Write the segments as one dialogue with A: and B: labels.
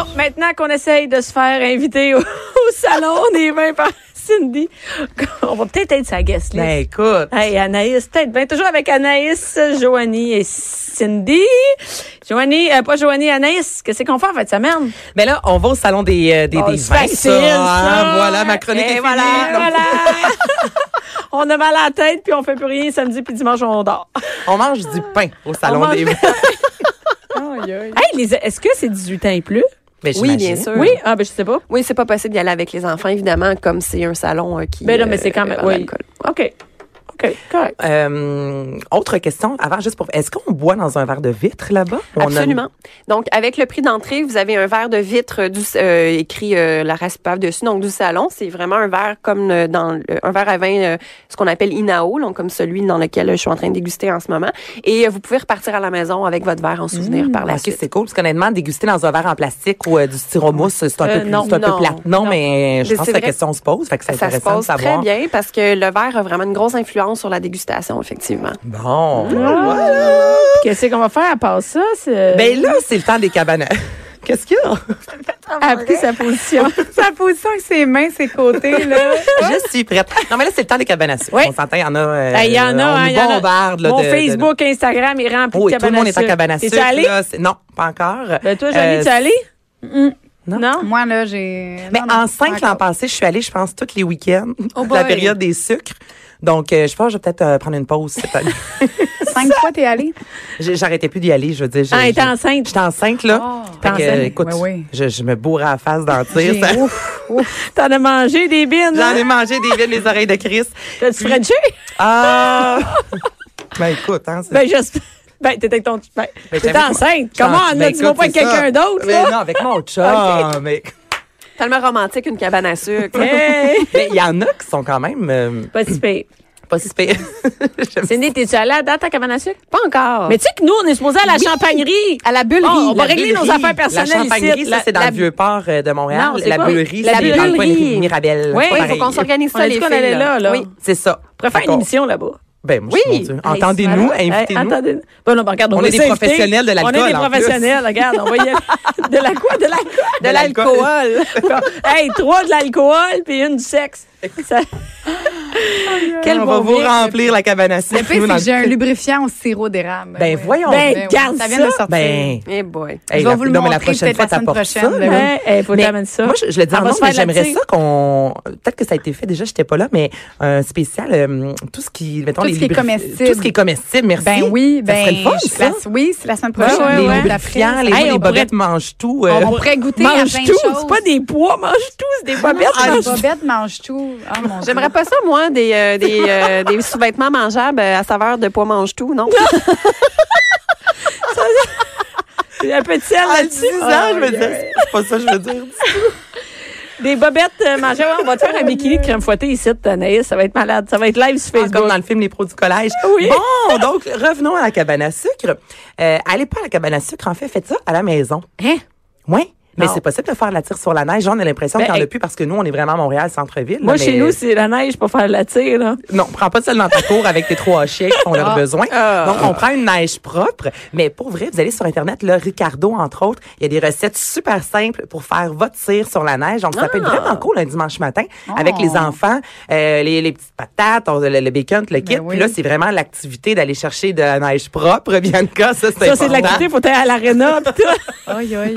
A: Oh, Maintenant qu'on essaye de se faire inviter au, au salon des vins par Cindy, on va peut-être être sa guest list.
B: Ben écoute.
A: Hey Anaïs, peut-être bien toujours avec Anaïs, Joanie et Cindy. Joanie, euh, pas Joanie, Anaïs, qu'est-ce qu'on fait en fait, ça mène?
B: Mais Ben là, on va au salon des, euh, des,
A: Oh,
B: des
A: c'est
B: vins,
A: facile,
B: ça.
A: ça.
B: Ah, Voilà, ma chronique
A: Et
B: est
A: voilà,
B: finie. Donc,
A: voilà. on a mal à la tête puis on fait plus rien samedi puis dimanche on dort.
B: On mange du pain au salon
A: mange-
B: des vins.
A: Hey, les- est-ce que c'est 18 ans et plus?
B: Ben,
C: Oui, bien
B: j'imagine.
C: sûr.
A: Oui, ah ben je sais pas.
C: Oui, c'est pas possible d'y aller avec les enfants, évidemment, comme c'est un salon euh, qui.
A: Ben là, mais c'est quand
C: euh,
A: même-
C: vend de
A: oui.
C: l'alcool.
A: OK. OK, correct.
B: Euh, autre question, avant, juste pour. Est-ce qu'on boit dans un verre de vitre là-bas? Ou on a-
C: Absolument. Donc, avec le prix d'entrée, vous avez un verre de vitre euh, du, euh, écrit euh, la race pave dessus, donc du salon. C'est vraiment un verre comme euh, dans le- un verre à vin, euh, ce qu'on appelle inao, donc comme celui dans lequel je suis en train de déguster en ce moment. Et euh, vous pouvez repartir à la maison avec votre verre en
A: Mmh.
C: souvenir par la
B: Ok,
C: suite.
B: c'est cool. Parce qu'honnêtement, déguster dans un verre en plastique ou euh, du styromousse, c'est un
A: Euh,
B: peu plus,
A: non,
B: c'est un peu
C: non,
B: plate. Non,
A: non.
B: mais je
C: Mais
B: pense
C: c'est
B: que la
C: vrai
B: question se pose. Fait que c'est
C: Ça se
B: intéressant
C: passe
B: de savoir.
C: très bien parce que le verre a vraiment une grosse influence sur la dégustation, effectivement.
B: Bon. Voilà.
A: Ah! Qu'est-ce qu'on va faire à part ça? c'est-
B: Ben là, c'est le temps des cabanes. Qu'est-ce qu'il y a?
A: a pris euh, sa position.
D: Sa position avec ses mains, ses côtés, là.
B: Je suis prête. Non, mais là, c'est le temps des cabanes à sucre.
A: Oui.
B: On s'entend, il y en a. euh,
A: Il y en a,
B: on
A: hein,
B: nous
A: y en a.
B: bombarde, là,
A: Mon
B: de- de-
A: Facebook, Instagram, il rempli
B: Oui,
A: de
B: tout le
A: cabane
B: monde est en cabane à
A: T'es-tu
B: sucre.
A: allée?
B: là, c'est- non, pas encore.
A: Ben toi, Joanie,
B: Euh,
A: tu es allée?
B: non.
A: Ah.
D: Moi, là, j'ai.
B: Mais
D: non, non,
B: en cinq
D: pas
B: l'an
D: encore.
B: passé, je suis allée, je pense, tous les week-ends,
C: Oh
B: la
C: boy.
B: période des sucres. Donc, euh, je pense que je vais peut-être euh, prendre une pause cette année.
D: Cinq fois, t'es allée?
B: J'ai- J'arrêtais plus d'y aller, je veux dire. j'ai-
A: Ah, elle était
B: j'ai-
A: enceinte.
B: J'étais enceinte, là.
D: Oh.
B: Fait que,
A: T'es enceinte.
B: écoute,
D: Ouais, ouais.
B: Je, je me bourrais à la face d'en
D: J'ai-
B: tir. ça-
A: T'en as mangé des bines?
B: J'en
A: hein?
B: Mm. ai mangé des vides, les oreilles de Chris.
A: T'as-tu frenché?
B: Ah! ben, écoute, hein, c'est-
A: Ben, j'espère. Ben, t'étais avec ton. Ben,
B: Ben,
A: t'étais
B: j'avais-
A: enceinte.
B: J'en-
A: Comment,
B: ben,
A: là, tu vas
B: écoute,
A: pas avec
B: c'est ça.
A: quelqu'un d'autre,
B: Mais non,
A: là?
B: avec mon chum. Mais
C: Tellement romantique, une cabane à sucre.
B: Ben,
A: Hey!
B: mais il y en a qui sont quand même euh,
A: Pas si pire.
B: pas si pires. J'aime
A: Cindy, t'es-tu allée à date à cabane à sucre?
C: Pas encore.
A: Mais tu sais que nous, on est supposés à la champagnerie.
C: à la bullerie.
A: Bon, Oh, on va
B: La
A: régler nos
B: bullerie,
A: affaires personnelles
B: La champagnerie,
A: ici.
B: ça,
A: La-
B: c'est dans
A: la-
B: le vieux port euh, de Montréal.
A: Non, c'est
B: la
A: pas-
B: bullerie,
A: la
B: c'est dans le coin de
C: bullerie.
B: Mirabelle.
A: Oui,
B: C'est
C: Oui,
B: pas
C: il faut
B: pareil.
C: qu'on s'organise
A: On a
C: ça,
A: dit
C: les
A: qu'on
C: filles,
A: allait là, là.
C: Oui.
B: C'est ça.
A: On pourrait faire une
B: D'accord.
A: émission là-bas.
B: Ben, moi, je
C: Oui.
B: suis mon Dieu. Entendez-nous,
A: Hey,
B: invitez-nous.
A: attendez-nous. Ben non, ben, regarde, on,
B: On
A: va
B: est des
A: s'inviter.
B: professionnels de l'alcool,
A: On est des
B: en plus.
A: professionnels, regarde, on va y aller. De la quoi? De la
C: De l'alcool.
A: hey, trois de l'alcool puis une du sexe. Ça- Quel
B: on
A: bon
B: va vous
A: mix.
B: remplir la cabane à
D: Le
B: sucre.
D: pire,
B: nous,
D: c'est
B: dans
D: que j'ai un
B: le-
D: lubrifiant au sirop d'érable.
B: Ben, voyons.
A: Ben,
D: oui,
A: garde
D: ça. vient de
A: ça.
D: sortir.
B: Ben,
C: Eh boy.
B: hey,
D: je vais
B: la-
D: vous le
B: non, mais la
D: montrer
B: prochaine
D: peut-être
B: fois,
D: la semaine
B: t'apportes ça,
D: prochaine.
B: là.
D: Ben
A: Hey,
D: oui.
A: hein? hey, faut
B: Mais
A: t'amener ça.
B: Moi, je, je le dis
A: On
B: en
A: va
B: nom,
A: se
B: mais
A: faire la
B: j'aimerais
A: petite.
B: ça qu'on. Peut-être que ça a été fait déjà, j'étais pas là, mais un spécial, euh, tout ce qui. Mettons,
D: Tout
B: les
D: ce qui est
B: lubrifi-
D: comestible.
B: Tout ce qui est comestible, merci.
D: Ben oui,
B: Ça serait
D: ben.
B: le fun,
D: je-
B: ça.
D: la- oui, c'est la semaine
A: Ouais,
D: prochaine.
A: ouais,
B: les
A: ouais.
D: D'après,
B: lubrifiants,
A: Hey,
B: les,
A: on
B: les
A: pourrait-
B: bobettes mangent tout. euh,
D: On pourrait goûter
A: mange
D: à plein de
A: tout,
D: choses.
A: c'est pas des pois, mange tout, c'est des bobettes.
D: Ah, les
A: mange tout.
D: bobettes mangent tout. Ah, mon Dieu.
C: J'aimerais pas ça, moi, des, euh, des, euh, des sous-vêtements mangeables euh, à saveur de pois mange tout, non?
A: Il y a un peu de sel
B: Ah, le
A: là-dessus.
B: disant, je me disais, c'est pas ça que je veux dire.
A: Des bobettes euh, mangées. Ouais, On va te faire un bikini de crème fouettée ici, Anaïs. Ça va être malade. Ça va être live sur
B: C'est Ah, comme
A: Facebook.
B: dans le film Les pros du collège.
A: Oui.
B: Bon, donc, revenons à la cabane à sucre. Euh, allez pas à la cabane à sucre, en fait, faites ça à la maison.
A: Hein?
B: Oui. Mais
A: Non.
B: c'est possible de faire la tire sur la neige. Genre, On a l'impression
A: Ben,
B: qu'il n'y en a
A: hey.
B: plus parce que nous, on est vraiment à Montréal, centre-ville.
A: Moi,
B: là,
A: chez
B: mais-
A: nous, c'est la neige pour faire la tire, là.
B: Non, prends pas celle dans ta cour avec tes trois chiens qui font
A: Ah.
B: leurs besoins. Donc, on prend une neige propre. Mais pour vrai, vous allez sur Internet, là, Ricardo, entre autres, il y a des recettes super simples pour faire votre tir sur la neige. Donc, ça peut être
A: Ah.
B: vraiment cool un dimanche matin
A: Oh.
B: avec les enfants, euh, les, les petites patates, on- le, le bacon, le kit.
D: Ben oui.
B: Puis là, c'est vraiment l'activité d'aller chercher de la neige propre. Bianca, ça,
A: Ça,
B: c'est
A: c'est de
B: important.
A: l'activité. Faut aller à l'aréna. pis tout.
D: Aïe, aïe.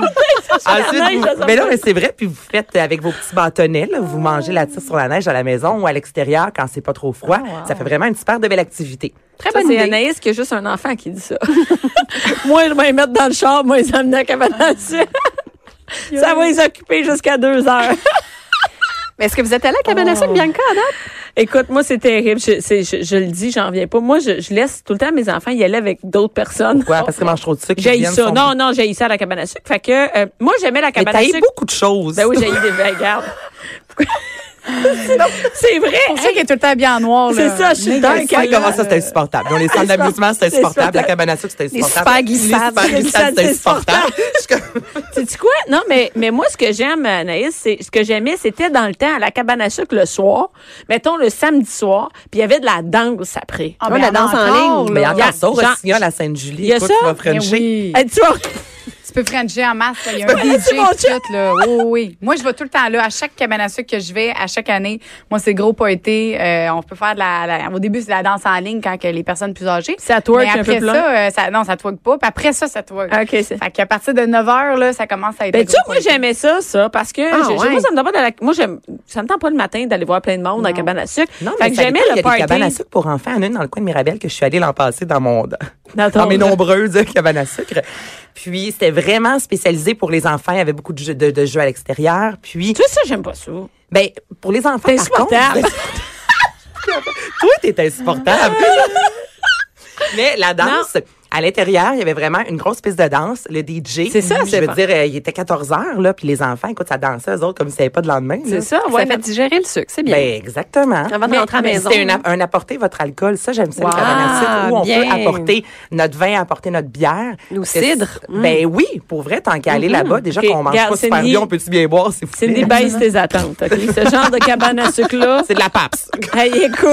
A: neige,
B: Ensuite, Ah, vous-
A: ça sort
B: mais
A: pas.
B: non, mais c'est vrai. Puis vous faites euh, avec vos petits bâtonnets, là, vous mangez la tire sur la neige à la maison ou à l'extérieur quand c'est pas trop
A: Ah,
B: froid. Ça fait vraiment une super de belle activité.
C: Très
A: Ça,
C: bonne
A: c'est
C: idée.
A: Anaïs qui a juste un enfant qui dit ça. moi, je vais les mettre dans le char, moi, les amener à cabane à sucre. Ça va les occuper jusqu'à deux heures.
C: Mais est-ce que vous êtes allée à la cabane à
A: Oh.
C: sucre, Bianca, à date?
A: Écoute, moi, c'est terrible. Je, c'est- je- je le dis, j'en reviens pas. Moi, je, je laisse tout le temps mes enfants y aller avec d'autres personnes.
B: Pourquoi? Parce qu'ils mangent trop de sucre.
A: J'ai
B: ils
A: ça.
B: viennent, sont-
A: Non, non, j'ai ça à la cabane à sucre. Fait que, euh, moi, j'aimais la
B: Mais
A: cabane à
B: t'as eu
A: sucre.
B: beaucoup de choses.
A: Ben oui, j'ai eu des ben, regarde. c'est vrai.
D: C'est pour ça qu'il est tout le temps bien en noir.
A: C'est
D: là.
A: ça, je suis
D: Mais-
A: dingue.
B: Je sais comment ça, c'était insupportable. Dans les centres d'amusement, c'était insupportable. La cabane à sucre, c'était insupportable.
C: super glissades.
B: Les super glissades, c'était
A: Les
B: insupportable.
A: Tu sais quoi? Non, mais, mais moi, ce que j'aime, Anaïs, c'est, ce que j'aimais, c'était dans le temps, à la cabane à sucre le soir. Mettons le samedi soir, puis il y avait de la danse après.
D: Ah,
C: Oh,
D: ben,
C: la danse en
D: encore,
C: ligne.
D: là.
B: Mais encore ça, au
A: Jean-
B: Rossignol à
A: Il
B: Sainte-Julie,
A: y a
B: écoute,
A: ça? Ben
B: tu vas
D: Mais
B: frencher.
D: oui.
A: Hey, tu vois,
D: Tu peux Frencher en masse. là. Il y a un DJ pis tout, là. Oh, oui. Moi, je vais tout le temps là. À chaque cabane à sucre que je vais, à chaque année, moi, c'est gros poété. Euh, on peut faire de la, la- Au début, c'est de la danse en ligne quand que les personnes plus âgées.
A: Ça twerk
D: Mais
A: un peu
D: après
A: plus
D: ça,
A: long.
D: euh, ça, non, ça twerk pas. Puis après ça, ça twerk.
A: OK, c'est.
D: Fait qu'à partir de 9 h, là, ça commence à être.
A: Ben,
D: le
A: tu vois,
D: gros
A: moi,
D: pointé.
A: j'aimais ça, ça, parce que
C: Ah,
A: je- je-
C: ouais.
A: moi, ça me donne pas de la, moi, j'aime, ça me tente pas le matin d'aller voir plein de monde à cabane à sucre.
B: Non, mais
A: fait que
B: ça
A: j'aimais
B: dépend.
A: le
B: Il y a des cabanes à
A: party.
B: sucre pour enfants. Il y en a une dans le coin de Mirabel que je suis allée l'an passé dans mon,
A: Dans ton-
B: dans mes nombreuses cabanes à sucre. Puis, c'était vraiment spécialisé pour les enfants. Il y avait beaucoup de jeux, de, de jeux à l'extérieur. Puis,
A: Tu vois, ça, j'aime pas ça.
B: ben, pour les enfants,
A: T'es
B: par contre,
A: insupportable.
B: Toi, t'es insupportable. Mais la danse, à l'intérieur, il y avait vraiment une grosse piste de danse, le DJ.
A: C'est ça,
B: Je
A: c'est
B: veux
A: pas-
B: dire, euh, il était 14 heures, là, puis les enfants, écoute, ça dansait, eux autres, comme s'il n'y avait pas de lendemain. là.
A: C'est ça,
C: Ça
A: ouais.
C: fait
A: mais-
C: digérer le sucre, c'est bien.
B: Ben, exactement.
C: Avant de
B: Mais-
C: rentrer à la
B: mais
C: maison.
B: C'était un, app- un apporter votre alcool. Ça, j'aime ça,
C: Wow,
B: les cabanes à sucre, où on
C: bien.
B: peut apporter notre vin, apporter notre bière.
C: Nos
B: Parce que
C: cidres.
B: c'est- Ben oui, pour vrai, tant qu'à aller là-bas, déjà
A: Mm. Mm-hmm. Ok,
B: qu'on mange
A: regarde,
B: pas super
A: Cindy-
B: bien, on peut-tu bien boire, s'il vous
A: C'est
B: plaît?
A: des baisses tes attentes, OK? Ce genre de cabane à sucre-là.
B: C'est de la papse.
A: Hey, écoute.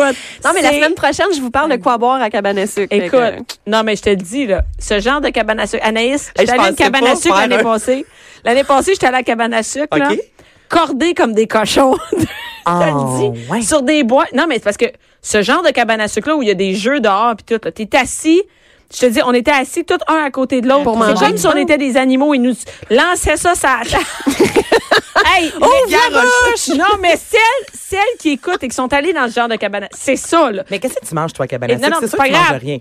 C: non, mais la
A: c'est-
C: semaine prochaine, je vous parle de quoi boire à cabane à sucre. Fait que-
A: Écoute, non, mais je te le dis, là, ce genre de cabane à sucre. Anaïs,
B: Hey,
A: j'étais allée
B: je
A: à une
B: pensais
A: cabane
B: pas
A: à sucre
B: faire
A: l'année
B: un-
A: passée. L'année passée, j'étais allée à la cabane à sucre, là,
B: OK.
A: cordée comme des cochons, je te le
B: Oh,
A: dis,
B: ouais.
A: sur des bois. Non, mais c'est parce que ce genre de cabane à sucre, là, où il y a des jeux dehors, puis tout, là, t'es assis, je te dis, on était assis tous un à côté de l'autre.
C: Pour
A: C'est
C: manger.
A: comme si on était des animaux, ils nous lançaient ça sur la table. hey, ouvre la
B: garoche.
A: bouche! Non, mais celles, celles qui écoutent et qui sont allées dans ce genre de cabane à c'est ça, là.
B: Mais qu'est-ce que tu manges, toi, cabane à
A: Eh, non, non,
B: sucre? C'est
A: c'est
B: sûr
A: pas
B: que tu manges
A: grave.
B: rien.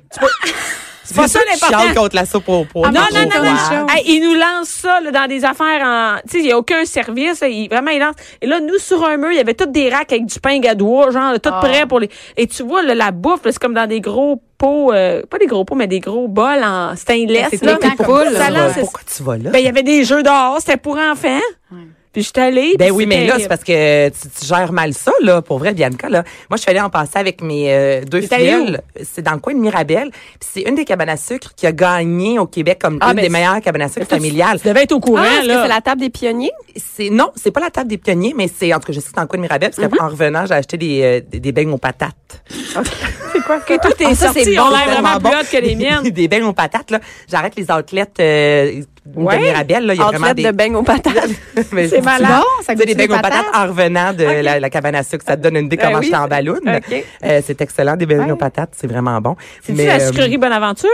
B: C'est
A: pas ça
B: sûr que tu
A: l'important.
B: chiales contre la soupe au poids.
A: Ah, non,
D: Marco,
A: non, non, non.
D: wow.
A: Hey, ils nous lancent ça là, dans des affaires en. Tu sais, il n'y a aucun service. là, ils- vraiment, ils lancent. Et là, nous, sur un mur, il y avait toutes des racks avec du pain gadois, genre, là, tout
D: Ah.
A: prêt pour les. Et tu vois, là, la bouffe, là, c'est comme dans des gros pots, euh, pas des gros pots, mais des gros bols en stainless.
D: Ben, C'est
A: là.
D: tout le temps comme
A: Ça
D: ça,
B: Pourquoi-
A: lance-
B: Pourquoi tu vas là?
A: Ben, il y avait des jeux dehors, c'était pour enfants. Puis je suis allée.
B: Ben
A: puis
B: oui, mais
A: c'était-
B: là, c'est parce que tu, tu gères mal ça, là, pour vrai, Bianca, là. Moi, je suis allée en passer avec mes euh, deux
A: T'es allée
B: filles. C'est dans le coin de Mirabel. Puis c'est une des cabanes à sucre qui a gagné au Québec comme
A: Ah,
B: une
A: ben,
B: des
A: c'est-
B: meilleures cabanes à sucre familiales.
A: Tu devais être au courant,
C: Ah, est-ce que
A: là.
C: c'est la table des pionniers?
B: C'est, non, c'est pas la table des pionniers, mais c'est, en tout cas, je sais que c'est dans le coin de Mirabel, parce
A: Mm-hmm.
B: qu'en revenant, j'ai acheté des, euh, des, des beignes aux patates.
A: C'est quoi que tout est
B: Ah, ça,
A: sorti?
B: c'est
A: on
B: bon,
A: l'air
B: c'est
A: vraiment
B: tellement
A: plus
B: bon.
A: haute que les miennes.
B: des beignes aux patates, là. J'arrête les outlets, euh,
A: Ouais.
B: de Mirabel, là. Il y a vraiment
C: Athlète
B: des...
C: de beignes aux patates.
B: Mais
A: C'est
B: je-
A: malade.
D: Bon,
B: Tu
D: ça
B: sais,
D: goûte
B: les beignes aux patates en revenant de la, la cabane à sucre, ça te donne une idée
A: Ben
B: comment
A: oui.
B: j'étais en ballon.
A: Ok.
B: Euh, c'est excellent, des beignes aux patates, c'est vraiment bon.
A: C'est-tu la
B: euh,
A: sucrerie Bonaventure?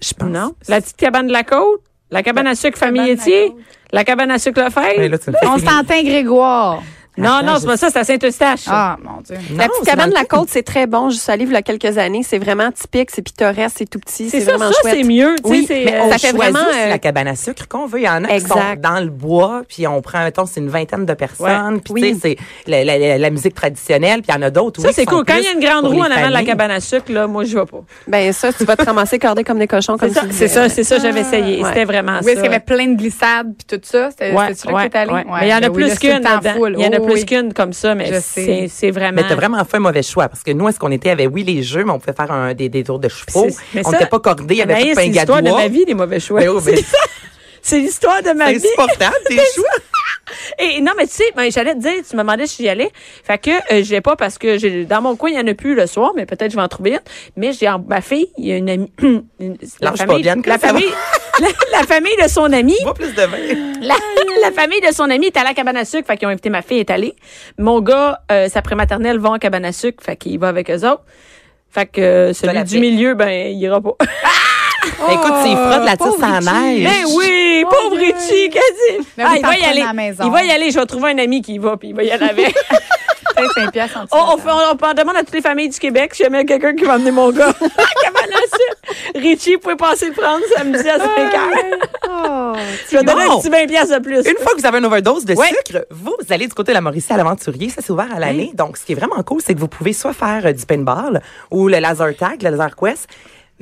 B: je pense.
A: Non. La petite cabane de la côte? La cabane à sucre famille
D: cabane de la
A: Étier?
D: Côte.
A: La cabane à sucre Lefebvre?
B: Mais Ben là, tu me fais
D: On
B: finir.
D: s'entend, Grégoire.
A: Non,
B: Attends,
A: non,
B: je-
A: c'est pas ça, c'est à Saint-Eustache.
D: Ah, mon Dieu.
B: Non,
C: La petite
B: c'est
C: cabane de
B: dans
C: la
B: le coin.
C: côte, c'est très bon. Je suis allée il y a quelques années. C'est vraiment typique, c'est pittoresque, c'est tout petit,
A: c'est
C: c'est
A: ça,
C: vraiment
A: ça,
C: chouette.
A: c'est mieux. tu sais,
C: Oui,
A: c'est,
C: mais
A: euh,
B: On
C: ça fait
B: choisit
C: vraiment,
B: aussi
C: euh,
B: la cabane à sucre qu'on veut. Il y en a qui sont
C: Exact.
B: dans le bois, puis on prend, mettons, c'est une vingtaine de personnes, puis
C: Oui.
B: tu sais, c'est la, la- la- la musique traditionnelle, puis il y en a d'autres.
A: ça,
B: oui,
A: c'est
B: qui sont
A: cool. Quand il y a
B: plus
A: une grande
B: pour
A: roue
B: les
A: en avant de la
B: familles.
A: cabane à sucre, là, moi, je vais pas.
C: Ben ça, tu vas te ramasser cordé comme des cochons comme
A: C'est ça,
C: tu
A: c'est ça,
C: disais.
A: c'est ça, j'avais essayé.
B: Ah,
C: Ouais.
A: C'était vraiment
D: Oui, est-ce
A: ça.
D: qu'il y avait plein de glissades puis tout ça? C'était
A: Ouais,
D: c'était-tu là
A: ouais,
D: que t'es allé? Ben
A: ouais. Mais il y
B: ben
A: en a plus qu'une. là-dedans. Il y
B: Oh,
A: en a plus
D: qu'une.
A: qu'une comme ça, mais
D: Je
A: c'est
D: sais.
A: c'est vraiment.
B: Mais t'as vraiment fait un mauvais choix parce que nous, est-ce qu'on était avait oui les jeux, mais on pouvait faire un, des, des tours de chevaux.
A: C'est- mais
B: oh, On
A: ça,
B: n'était pas cordés, il y avait
A: Anaïs,
B: pas
A: C'est
B: un
A: l'histoire de
B: gadois.
A: ma vie, des mauvais choix.
B: Ben oui, mais-
A: C'est ça. C'est l'histoire de ma
B: C'est
A: vie.
B: insupportable, tes choix.
A: Et non, mais tu sais, ben, j'allais te dire, tu me demandais si j'y allais. Fait que euh, je vais pas parce que j'ai dans mon coin, il y en a plus le soir, mais peut-être je vais en trouver une. Mais j'ai en- ma fille, il y a une amie. une- la
B: Lâche pas,
A: famille,
B: Bianca,
A: la,
B: ça va.
A: famille la, la famille de son ami.
B: Pas plus de vin.
A: La, la famille de son ami est allée à la cabane à sucre, fait qu'ils ont invité ma fille, elle est allée. Mon gars, euh, sa prématernelle va en cabane à sucre, fait qu'il va avec eux autres. Fait que euh, celui
B: la
A: du
B: paix.
A: milieu, ben, il ira pas. Oh,
B: Écoute, s'il frotte la
D: pauvre
B: tisse en
D: Richie.
B: neige.
A: Ben oui, pauvre
D: Dieu.
A: Richie, qu'est-ce que- Ah,
D: Ben oui,
A: il va y
D: t'en
A: aller.
D: prends à la maison.
A: Il va y aller, je vais trouver un ami qui y va, puis il va y aller avec. On, Oh, on, fait- on- on demande à toutes les familles du Québec si jamais quelqu'un qui va emmener mon gars. Ah, Cabane à sucre. Richie, vous pouvez passer le prendre samedi à 5 heures.
C: Oh,
A: Je vais donner un
B: Non.
A: petit 20 piastres de plus.
B: Une fois que vous avez une overdose de
A: Ouais.
B: sucre, vous, vous allez du côté de la Mauricie à l'aventurier. Ça, c'est ouvert à l'année. Donc, ce qui est vraiment cool, c'est que vous pouvez soit faire euh, du paintball ou le laser tag, le laser quest.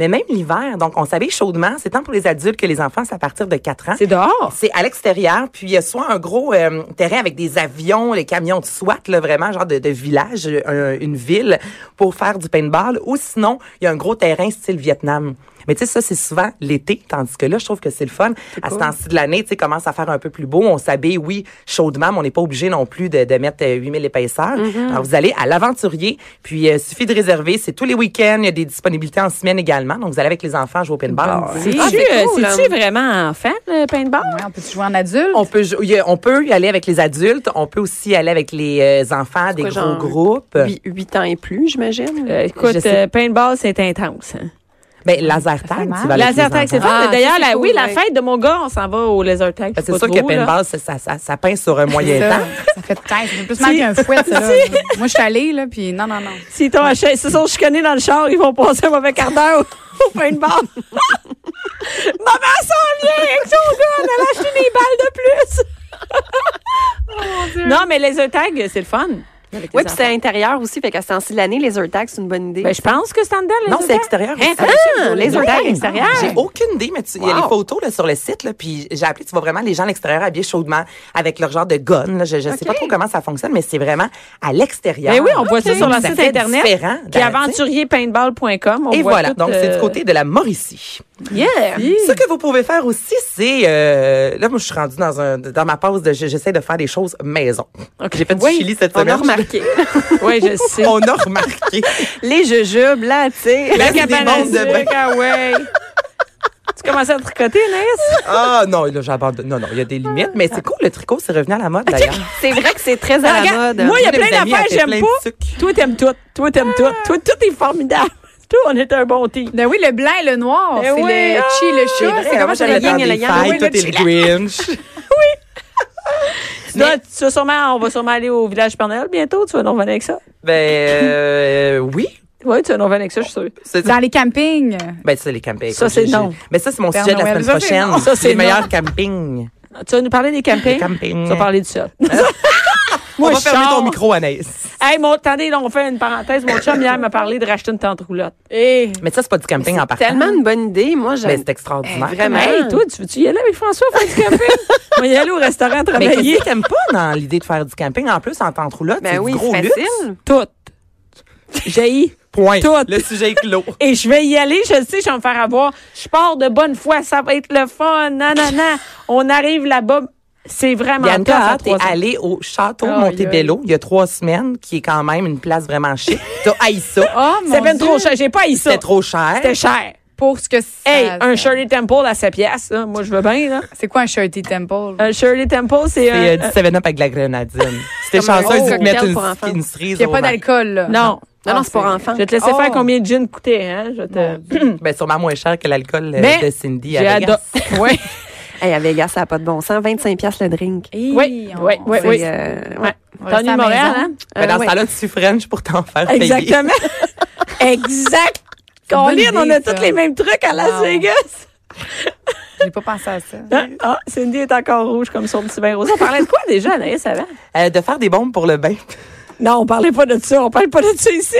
B: Mais même l'hiver, donc on s'habille chaudement. C'est tant pour les adultes que les enfants, c'est à partir de 4 ans.
A: C'est dehors.
B: C'est à l'extérieur, puis il y a soit un gros euh, terrain avec des avions, les camions de SWAT, là, vraiment, genre de, de village, euh, un- une ville, pour faire du paintball, ou sinon, il y a un gros terrain style Vietnam. Mais tu sais, ça, c'est souvent l'été, tandis que là, je trouve que c'est le fun. À ce temps-ci de l'année, tu sais, commence à faire un peu plus beau. On s'habille, oui, chaudement, mais on n'est pas obligé non plus de, de mettre euh, 8000 épaisseurs. Alors, vous allez à l'aventurier, puis euh, suffit de réserver. C'est tous les week-ends. Il y a des disponibilités en semaine également. Donc, vous allez avec les enfants jouer au pinball.
A: C'est-tu
C: Ah, c'est
A: euh,
C: cool,
A: c'est-tu
C: hein.
A: vraiment enfant, le paintball?
D: Ouais, on peut jouer en adulte.
B: On peut, jou- y- on peut y aller avec les adultes, on peut aussi y aller avec les euh, enfants des
C: quoi,
B: gros
C: genre,
B: groupes.
C: Huit huit ans et plus, j'imagine.
A: Euh,
B: Je
A: écoute,
B: sais-
A: euh, paintball, c'est intense. hein.
B: Ben, laser
D: fait
B: tag,
D: mal.
B: tu vas avec les
A: Laser tag, c'est
B: enfants.
A: fun.
C: Ah, ça,
A: D'ailleurs,
C: c'est
A: la,
C: cool,
A: oui, la
C: ouais.
A: fête de mon gars, on s'en va au laser tag.
B: Ben, C'est
A: pas
B: sûr
A: trop,
B: que
A: là.
B: paintball, ça, ça, ça, ça peint sur un moyen temps.
D: Ça fait tête, ça fait plus mal qu'un fouet, ça. là. Moi, je suis allée, là, puis non, non, non.
A: S'ils t'ont acheté- s'ils sont chicanés dans le char, ils vont passer un mauvais quart d'heure au, au paintball. Maman s'en vient avec son gars, on a acheté des balles de plus. non, mais les tags, c'est le fun. Avec
C: Oui,
A: les
C: euh, puis c'est à l'intérieur aussi, fait qu'à ce temps-ci de l'année, les air tags, c'est une bonne idée.
A: Ben, je pense que c'est en dedans, les
B: Non, c'est
A: tags.
B: extérieur.
A: Hein,
B: aussi.
A: ça,
C: Ah,
A: les
C: laser
A: tags
C: tag.
A: extérieurs.
B: J'ai aucune idée, mais tu- il y a
C: Wow.
B: les photos là, sur le site, là, puis j'ai appelé, tu vois vraiment les gens à l'extérieur habillés chaudement avec leur genre de gun. là. Je ne sais pas trop comment ça fonctionne, mais c'est vraiment à l'extérieur.
A: Ben oui, on voit ça
B: Ok.
A: sur leur
B: Ça
A: site
B: fait
A: internet.
B: différent
A: Qui est
B: dans- tu sais.
A: aventurierpaintball.com. on
B: Et
A: voit
B: voilà,
A: tout,
B: donc c'est
A: euh,
B: du côté de la Mauricie.
A: Yeah.
B: Ce que vous pouvez faire aussi, c'est euh, là, moi, je suis rendue dans un dans ma pause de j'essaie de faire des choses maison. J'ai fait du chili cette
C: on
B: semaine.
C: a remarqué.
A: Oui, je sais.
B: On a remarqué.
C: les jujubes, là, tu sais.
B: Là,
A: La
B: c'est des
A: cabane
B: montres de bain.
A: à ah ouais. Tu commences à tricoter, Naïs?
B: Ah non, là j'abandonne. Non non, il y a des limites, mais c'est cool le tricot, c'est revenu à la mode d'ailleurs.
C: C'est vrai que c'est très à la
A: Regarde,
C: mode.
A: moi, il y a
B: Une de mes
A: plein
B: amies a
A: d'affaires que
B: fait plein
A: j'aime
B: de
A: pas.
B: trucs.
A: Toi, t'aimes tout. Toi, t'aimes tout. Toi, tout est formidable. Toi, on est un bon team.
D: Ben oui, le blanc et le noir,
A: Ben oui,
D: c'est le
A: ah,
D: chi, le chou, c'est comment
B: hein, Moi,
D: ça
B: j'avais
C: le yin
B: tant
C: et le
B: des
C: yang.
B: failles,
D: Oui, le
B: Tout est le Grinch.
A: Là, tu vas sûrement, on va sûrement aller au village Père Noël bientôt. Tu vas nous revenir avec ça?
B: Ben euh, oui,
A: Oui, tu vas nous revenir avec ça, je suis sûre.
B: c'est
D: Dans les campings.
B: ben c'est les campings.
A: Ça, c'est
B: J'ai-
A: non.
B: j'ai- Mais ça c'est mon
D: Père
B: sujet de la
D: Noël,
B: semaine
D: ça, c'est non.
B: prochaine.
A: Ça, c'est
B: les
A: non.
B: meilleurs campings.
A: Ah, Tu vas nous parler des
B: Les
A: campings?
B: campings.
A: Tu vas parler du sol.
B: On
A: Moi,
B: va
A: je
B: fermer
A: sors.
B: ton micro Anaïs.
A: Hey, mon, attendez, là, on fait une parenthèse. Mon chum, hier, m'a parlé de racheter une tente roulotte. Hey.
B: Mais ça c'est pas du camping en partant.
C: Tellement une bonne idée. Moi,
B: Mais
C: j'aime.
B: c'est extraordinaire.
C: Vraiment.
A: Hey, toi, tu veux-tu y aller avec François faire du camping? On va y aller au restaurant
B: Mais
A: travailler.
B: qu'est-ce que t'aimes pas dans l'idée de faire du camping en plus en tente roulotte, c'est
C: Ben
B: du
C: oui,
B: gros
C: c'est
B: luxe.
C: facile.
A: Tout. J'ai
B: Point.
A: Tout.
B: Le sujet est clos.
A: et je vais y aller, je le sais, je vais me faire avoir. Je pars de bonne foi, ça va être le fun. Non, non, non. On arrive là-bas, c'est vraiment
B: Bianca
A: tough à
B: Hart est
A: trois ans.
B: allée au château
A: Aïe,
B: Montebello il y a trois semaines, qui est quand même une place vraiment chic. T'as haï ça.
D: Oh, mon
A: C'est bien
D: Dieu.
A: trop cher, j'ai pas eu ça.
B: C'était trop cher.
A: C'était cher.
D: Pour ce que c'est.
A: Hey, un Shirley Temple à sa pièce, là, moi je veux bien là.
D: C'est quoi un shirty temple?
A: Un Shirley Temple, c'est
B: Et euh,
A: un
B: du 7-Up avec de la grenadine. C'était
C: Comme un
B: chanceux
C: gros
B: de mettre
C: cocktail
B: une,
C: pour enfants.
B: une cerise.
D: Il n'y a
B: au
D: pas
B: mar-
D: d'alcool, là.
A: non.
C: Non, non,
D: Ah,
C: c'est pour
D: c'est-
C: enfants.
A: Je vais te laisser
D: Oh.
A: faire combien de gin coûtait, hein? Je te...
B: Ben, sûrement moins cher que l'alcool euh,
A: Mais
B: de Cindy
A: J'ai
B: à
A: adoré.
B: Vegas.
A: Oui.
C: Hey, à Vegas, ça n'a pas de bon sens. 25 pièces le drink.
D: Hey,
A: Oui,
D: on-
A: oui, oui,
D: c'est-
A: oui.
C: C'est, euh, ouais.
A: Ouais.
D: on
A: T'as
D: reste à la
A: ennuyé Montréal,
D: maison.
A: hein?
B: Ben, dans
C: Euh, ouais.
B: ce temps-là, tu French pour t'en faire payer.
A: Exactement. exact.
D: une bonne
A: Colin, on
D: idée,
A: a
D: ça.
A: tous les mêmes trucs à Las
D: Wow.
A: Vegas.
D: J'ai pas pensé à ça.
A: Ah, ah, Cindy est encore rouge comme son petit bain rose. On parlait de quoi déjà, Anaïs, avant?
B: Euh, de faire des bombes pour le bain.
A: Non, on parlait pas de ça. On parle pas de ça ici.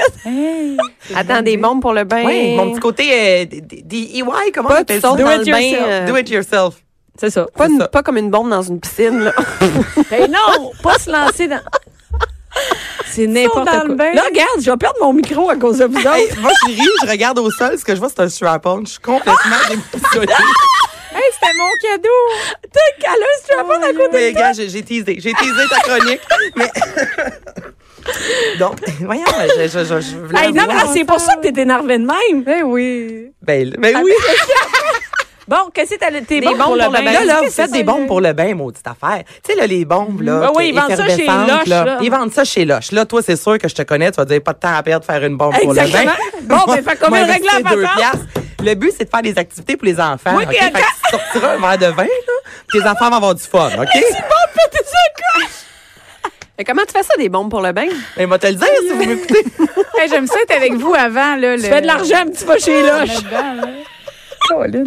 C: Attends, des bombes pour le bain.
B: Oui, mon petit côté euh, des- des des EY, comment on
C: Pas de
B: appelle ça?
C: saut
A: Do
C: dans
A: it
C: le bain.
A: yourself.
C: euh,
B: Do it yourself.
A: C'est ça.
C: Pas, une-
B: ça.
C: pas comme une bombe dans une piscine. là.
A: Ben non, pas se lancer dans... C'est n'importe
C: dans
A: quoi.
C: le bain.
A: Là, regarde, je vais perdre mon micro à cause de vous autres.
B: Hey, moi, je ris, je regarde au sol, ce que je vois, c'est un strap-on. Je suis complètement démotivée.
A: Hey, c'était mon cadeau. T'es caleuse, tu vas pas à côté.
B: Mais gars, j'ai j'ai teasé. J'ai teasé ta chronique. mais... Donc, voyons, je, je, je, je voulais
A: Hey, non,
B: avoir-
A: mais ah, c'est pour ça que t'es énervé de même.
D: Ben oui.
B: Ben, ben oui.
A: Bon, qu'est-ce que t'as- t'es
C: Des
A: bon
C: bombes
A: pour le
C: pour le
A: bain?
C: bain.
B: Ah, ben Là,
A: Qu'est-ce
B: là, vous
A: que c'est
B: faites des
A: ça,
B: bombes pour le bain, maudite affaire. Tu sais, là, les bombes, là.
A: Ben oui,
B: qui-
A: ils vendent ça chez
B: effervescentes,
A: Loche,
B: là.
A: là.
B: Ils vendent ça chez Loche. Là, toi, c'est sûr que je te connais, tu vas dire pas de temps à perdre faire une bombe
A: Exactement.
B: pour le bain.
A: Bon, ben, fait combien
B: Moi,
A: de règles à
B: investir deux
A: faire?
B: piastres. Le but, c'est de faire des activités pour les enfants.
A: Oui,
B: OK?
A: puis
B: Fait que
A: attends.
B: tu sortiras un verre de vin, là. puis Tes enfants vont avoir du fun, OK?
A: Euh,
C: Mais comment tu fais ça, des bombes pour le bain?
B: Mais moi, te le dire si vous m'écoutez.
D: Hey, J'aime ça être avec vous avant. Là,
A: Tu fais de l'argent, Ah, mais tu vas chez Loche.
D: Là-dedans,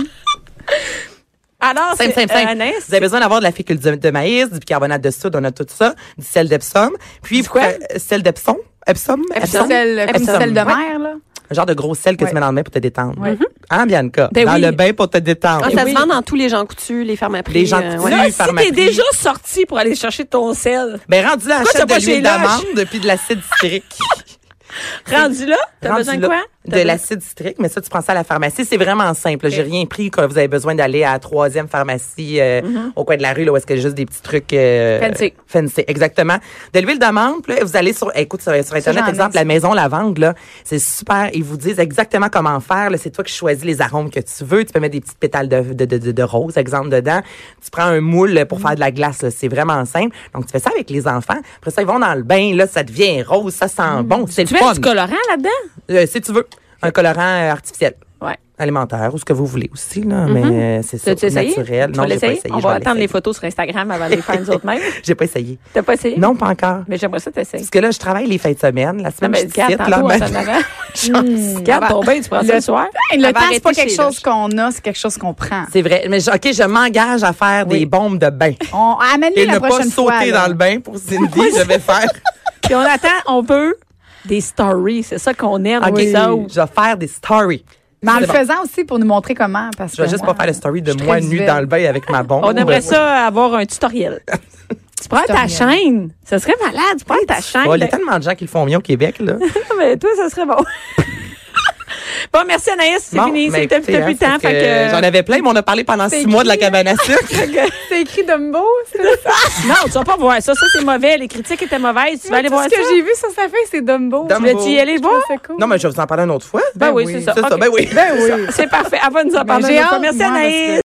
A: Alors,
B: Simple,
A: c'est
B: simple, simple.
A: euh, Anaïs,
B: Vous avez besoin d'avoir de la fécule de, de maïs, du bicarbonate de soude, on a tout ça, du sel d'Epsom. Puis,
A: quoi?
B: euh, sel d'Epsom. Epsom? Epsom?
D: Celle, comme
B: Epsom.
D: celle de
B: Ouais.
D: mer, là.
B: Un genre de gros sel que
D: Ouais.
B: tu mets dans le bain pour te détendre.
D: Ouais.
B: Hein, Bianca?
A: Ben
B: dans
A: oui.
B: le bain pour te détendre.
C: Ah, ça
A: oui.
C: se vend dans tous les gens coutus, les fermes à prix. euh,
B: Les Ben gens coutus.
C: ouais.
A: là,
B: Oui,
A: si
B: par ma
A: t'es
B: prix.
A: déjà sorti pour aller chercher ton sel,
B: Ben, rendu là,
A: Pourquoi t'as
B: achète
A: pas
B: de
A: chez Lush?
B: l'huile d'amande puis de l'acide citrique.
A: rendu là, t'as
B: Rendu
A: besoin de
B: là.
A: quoi?
B: de l'acide citrique, mais ça, tu prends ça à la pharmacie. C'est vraiment simple. J'ai rien pris quand vous avez besoin d'aller à la troisième pharmacie euh, au coin de la rue, là, où est-ce qu'il y a juste des petits trucs... euh,
A: Mhm. Fancy.
B: Fancy, exactement. De l'huile d'amande, puis là, vous allez sur... Écoute, sur, sur Internet,
D: j'en ai,
B: exemple,
D: ça.
B: la maison lavande, là, c'est super. Ils vous disent exactement comment faire. là. C'est toi qui choisis les arômes que tu veux. Tu peux mettre des petites pétales de, de, de, de- de rose, exemple, dedans. Tu prends un moule
A: Mhm.
B: pour faire de la glace. là. C'est vraiment simple. Donc, tu fais ça avec les enfants. Après ça, ils vont dans le bain. Là, ça devient rose. Ça sent bon. C'est le
A: Mhm. Tu mets
B: fun.
A: du colorant là-dedans?
B: Euh, si tu veux, un colorant euh, artificiel.
A: Ouais.
B: Alimentaire ou ce que vous voulez aussi, là. Mais euh, c'est ça.
A: Mhm. T'as-tu essayé?
B: Naturel.
A: Tu
B: Non,
A: vas
B: j'ai pas
A: l'essayer?
B: essayé.
A: On
B: je
A: va
B: vais
A: attendre les Eh
B: l'essayer.
A: photos sur Instagram avant de les faire nous autres mêmes.
B: J'ai pas essayé.
A: T'as pas essayé?
B: Non, pas encore.
A: Mais j'aimerais ça t'essayer.
B: Parce que là, je travaille les fins de semaine. La
A: Non,
B: semaine,
A: mais
B: je
A: le
B: suis petite,
A: garde
B: là,
A: tantôt, on
B: mais-
A: s'en avant.
B: Chance.
A: Garde ton bain, tu prends ça le soir.
D: Le
C: va
D: temps, c'est
C: arrêter
D: pas quelque
C: chez les
D: chose qu'on a, c'est quelque chose qu'on prend.
B: C'est vrai. Mais je- OK, je m'engage à faire
D: Oui.
B: des bombes de bain.
D: On amène-les
B: Et ne
D: la
B: pas
D: prochaine fois.
B: sauter
D: là.
B: dans le bain pour Cindy, je vais faire.
A: Puis on attend, on veut des stories. C'est ça qu'on aime,
B: OK,
A: nous autres.
B: je vais faire des stories.
D: Mais en le
B: C'est bon.
D: faisant aussi pour nous montrer comment. Parce
A: Ben
B: Je vais
D: que
B: juste
D: moi,
B: pas faire le story de
D: je suis
B: moi
D: très
B: nue
D: visuelle.
B: dans le bain avec ma bombe.
A: On aimerait ça avoir un tutoriel. tu prends ta
D: Tutoriel.
A: chaîne. Ce serait malade. Tu prends ta chaîne.
B: Oh, il y a tellement de gens qui le font mieux au Québec, là.
A: mais Ah, ben, toi, ça serait bon. bon, merci Anaïs. C'est
B: Bon,
A: fini.
B: mais
A: C'est t'as
B: écoutez,
A: t'as
B: hein,
A: plus de
B: c'est
A: temps.
B: que
A: Fait que...
B: J'en avais plein, mais on a parlé pendant six mois de la cabane à sucre.
D: C'est écrit Dumbo. C'est
A: Non, tu vas pas voir ça. Ça, c'est mauvais. Les critiques étaient mauvaises. Tu vas aller voir
D: ce
A: ça.
D: que j'ai vu sur sa feuille, c'est Dumbo.
B: Dumbo.
A: Veux-tu y aller voir?
D: C'est cool.
B: Non, mais je vais vous en parler une autre fois.
A: Ben oui, c'est ça.
B: C'est ça,
A: OK.
B: ben oui.
A: C'est parfait. Avant de nous en
D: Ben, j'ai
A: parler, une autre fois.
D: hâte,
A: merci
D: moi, parce
A: Anaïs.
D: que-